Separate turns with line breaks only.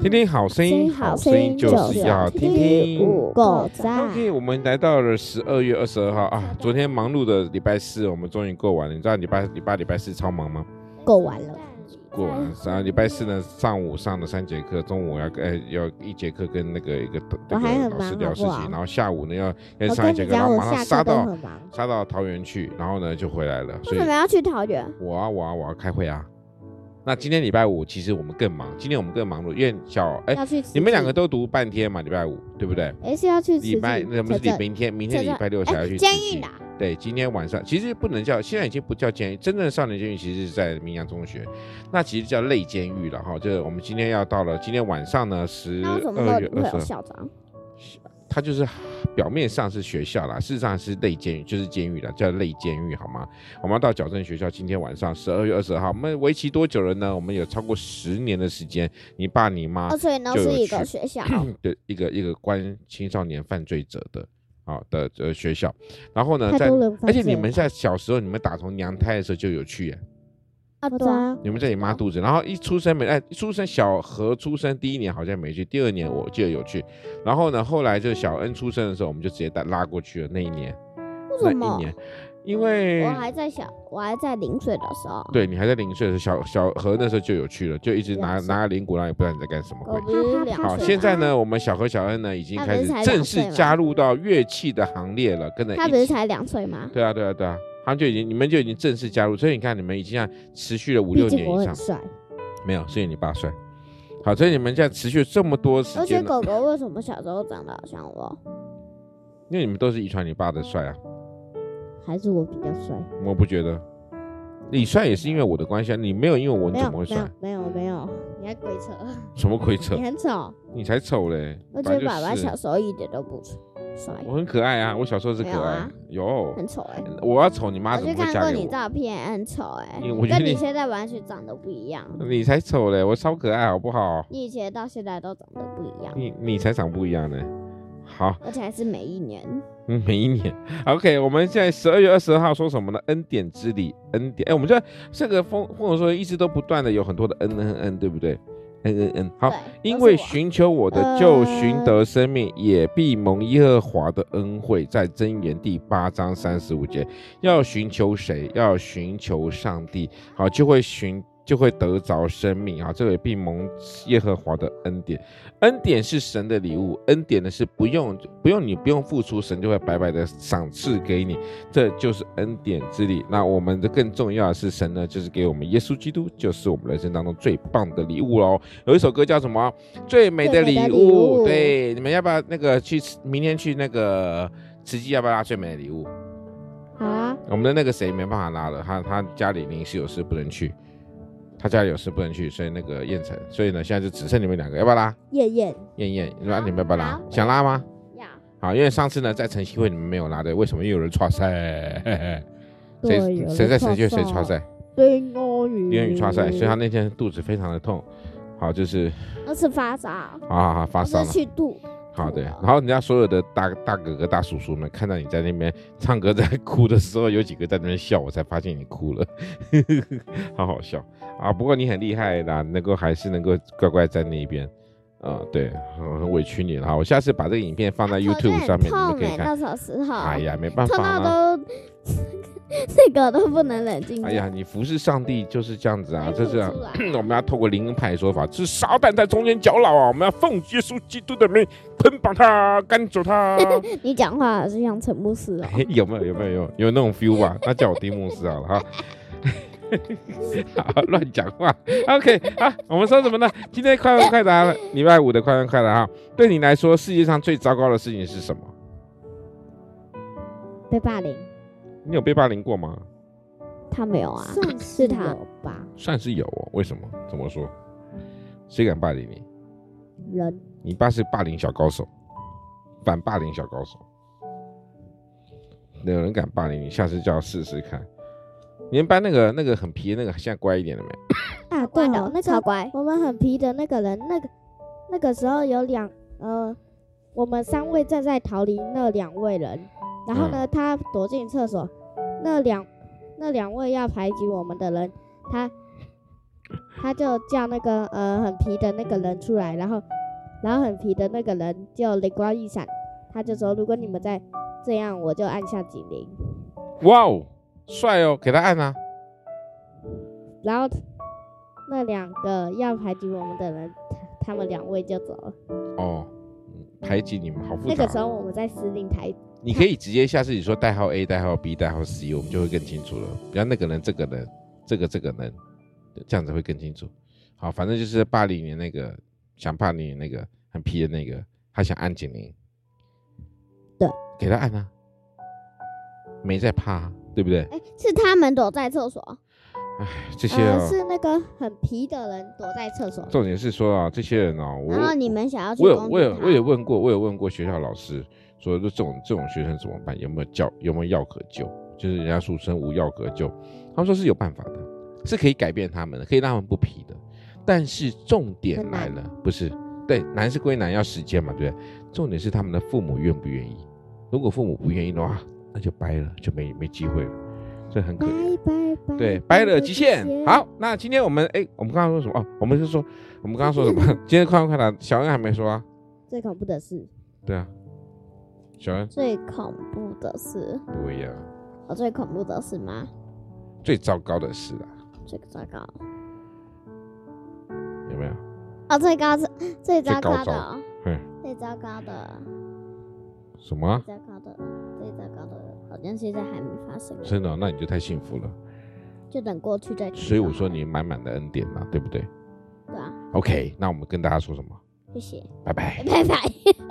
听听好声音，好声音就是要听听。
五够赞，
OK，我们来到了十二月二十二号啊，昨天忙碌的礼拜四，我们终于过完了。你知道礼拜礼拜礼拜四超忙吗？
够完了，
过完了，
哎
啊然后礼拜四呢，上午上了三节课，中午要跟呃要一节课跟那个一个那
我还
个
很
老
忙
师聊事
好不
情，
好
然后下午呢要要
我
上一
跟
节
你
课，然
讲，
后
我
马上
下
杀
课都
到
很忙。
杀到桃园去，然后呢就回来了。所
为
以
什么要去桃园？
我啊我啊我要开会啊。那今天礼拜五其实我们更忙，今天我们更忙碌，因为小哎
要去
你们两个都读半天嘛，礼拜五对不对？
哎是要去
礼拜那不是礼明天，明天
这
礼
这
拜六才要去
哎监
实习
狱的
对，今天晚上其实不能叫，现在已经不叫监狱，真正的少年监狱其实是在明阳中学，那其实叫类监狱了哈。就是我们今天要到了，今天晚上呢十
那为什么
二
那
月
里
二
会
十
有
二，
校长？
它就是表面上是学校啦，事实上是类监狱，就是监狱了，叫类监狱好吗？我们要到矫正学校，今天晚上十二月二十号，我们为期多久了呢？我们有超过十年的时间，你爸你妈
哦，所以那
就是有
一个
去
学校。
对一个一个关青少年犯罪者的啊、的呃学校，然后呢，
太
在
多人，
而且你们在小时候，你们打从娘胎的时候就有去耶，
啊，
我
对啊，
抓
你们在你妈肚子，然后一出生没哎，一出生小何出生第一年好像没去，第二年我记得有去，然后呢，后来就小恩出生的时候，我们就直接带拉过去了那一年，
为
那
什
一
么？
年，因为
我还在小，我还在零岁的时候，
对你还在零岁的时候，小小何那时候就有去了，就一直拿
哇塞
拿着铃鼓，然后也不知道你在干什么鬼
我。不是两
好，
岁，
现在呢，我们小何、小恩呢已经
他
开
不
始
是才
正
两
式
岁吗
加入到乐器的行列了，跟着
他
一
不是
起
才两岁吗？
对啊，对啊，对啊，他们就已经你们就已经正式加入，所以你看你们已经啊持续了五六
毕
年
竟我
以上
很，帅，
没有，所以你爸帅。好，所以你们现在持续了这么多时
而且
间了，
狗狗为什么小时候长得好像我？
因为你们都是遗传你爸的帅啊，
还是我比较帅？
我不觉得。你帅也是因为我的关系啊，你没有因为我你
没
怎
有
么会
没
帅
有？没有没有，你还鬼扯，
什么鬼扯
你？很丑，
你才丑嘞！
我觉
本来
得
就
爸爸
是
小时候一点都不帅，
我很可爱啊，我小时候是可
没有
爱
啊，
有。
很丑哎。
我要丑，你妈
我
怎
去
么会
看
嫁
过
给
你
我？
照片，很丑哎，
因为我觉得
跟
你
你现在完全长得不一样。
你才丑嘞，我超可爱好不好？
你以前到现在都长得不一样，
你你才长不一样呢。好，
而且还是每一年。
嗯，每一年。OK，我们现在十二月二十二号说什么呢？恩典之礼，恩典。哎，我们这这个风风总说一直都不断的有很多的恩恩恩，对不对？恩恩恩。好
对，，
因
都是
为
我
寻求我的就寻得生命，也必蒙耶和华的恩惠。在箴言第八章三十五节，要寻求谁？要寻求上帝，好，就会寻。就会得着生命啊！这个必蒙耶和华的恩典，恩典是神的礼物，恩典呢是不用不用你不用付出，神就会白白的赏赐给你，这就是恩典之礼。那我们的更重要的是，神呢就是给我们耶稣基督，就是我们人生当中最棒的礼物喽。有一首歌叫什么？最美的礼
最美的礼
物。
物
对，你们要不要那个去明天去那个慈济要不要拉最美的礼物？
好啊，
我们的那个谁没办法拉了，他他家里临时有事不能去，他家里有事不能去，所以那个燕城，所以呢现在就只剩你们两个，要不要拉？
燕燕，
燕燕，那你们要不要拉
好？
想拉吗？
要
好，因为上次呢在晨曦会你们没有拉对，为什么？因为有人刷赛，嘿嘿
对
谁
有人
谁在晨曦会谁刷
刷赛
赛？
丁
哦
欧鱼，
因为你刷啊赛，所以他那天肚子非常的痛，好就是
那是发烧，
啊好发
不
烧
是
了。
去度。
好
吐
对，
了
然后人家所有的大大哥哥、大叔叔们看到你在那边唱歌、在哭的时候，有几个在那边笑，我才发现你哭了， 好好笑啊！不过你很厉害啦，能够还是能够乖乖在那边，啊、对，很很委屈你了哈。我下次把这个影片放在
啊头就
YouTube
很
上面，你们
痛
可以
哎，
看。
那时候时候，
哎呀，没办法
痛到
啦。
都 那个都不能冷静。
哎呀，，你服侍上帝就是这样子啊，这是、啊
吐出来。哎
我们要透过灵恩派说法，是撒旦在中间搅扰啊！我们要奉耶稣基督的名捆绑他，赶走他。
你讲话是像陈牧师哦，
嘿有没有有没有有有那种 feel 吧？他叫我丁牧师好了哈。 好，乱讲话。OK，好，我们说什么呢？今天快问快答了，礼拜五的快问快答哈。对你来说，世界上最糟糕的事情是什么？
被霸凌，
你有被霸凌过吗？
他没有啊，
算
是他
有吧？
算是有哦。为什么？怎么说？谁敢霸凌你？
人
你爸是霸凌小高手，反霸凌小高手。有人敢霸凌你，下次就要试试看。你们班那个那个很皮的那个，现在乖一点了没？
啊，对
乖
哦
的，，
那
超
个
乖。
我们很皮的那个人，那个那个时候有两呃，我们三位正在逃离那两位人，然后呢，他躲进厕所，那两那两位要排挤我们的人，他他就叫那个呃很皮的那个人出来，然后然后很皮的那个人就灵光一闪，他就说如果你们再这样，我就按下警铃。
哇哦，帅哦，给他按啊！
然后那两个要排挤我们的人，他他们两位就走了。
哦，嗯排挤你们好复
那
杂
个时
哦。
候我们在司令台，
你可以直接下次你说代号 A、代号 B、代号 C，我们就会更清楚了。不要那个人、这个人、这个这个人，这样子会更清楚。好，反正就是霸凌你那个想霸凌你那个很皮的那个，他想按警铃，
对，
给他按啊，没在怕啊，对不对？
哎、是他们躲在厕所，
这些
呃
哦，
是那个很皮的人躲在厕所，
重点是说啊，这些人哦，我
然后你们想要去
我有
攻
我
击
有我有
他，
问过，我有问过学校老师，说这种这种学生怎么办？有没有教有没有药可救？就是人家俗称无药可救，他们说是有办法的，是可以改变他们的，可以让他们不皮的。但是重点
很
啊
来
难
了，不是对难是归难，要时间嘛，对不对？重点是他们的父母愿不愿意。如果父母不愿意的话，那就掰了，就没没机会了，这很可
拜
嗯
怜。
拜拜，
对，掰了
拜
极限。好，那今天我们哎，我们刚刚说什么？哦，我们是说我们刚刚说什么？ 今天快问快答，小恩还没说啊。
最恐怖的是，
对啊，小恩
最恐怖的是，
不一样，
哦，最恐怖的是吗？
最糟糕的事啊，
最糟糕，
有没有？
哦，最高是最糟
最高
糕的
招
哦，
嗯，
最糟糕的，
什么啊？
最糟糕的，最糟糕的，好像现在还没发生，
真的哦、那你就太幸福了。
就等过去再去。
所以我说，你满满的恩典嘛，对不对
对啊，
？OK，那我们跟大家说什么？
谢谢，
拜拜。
拜拜。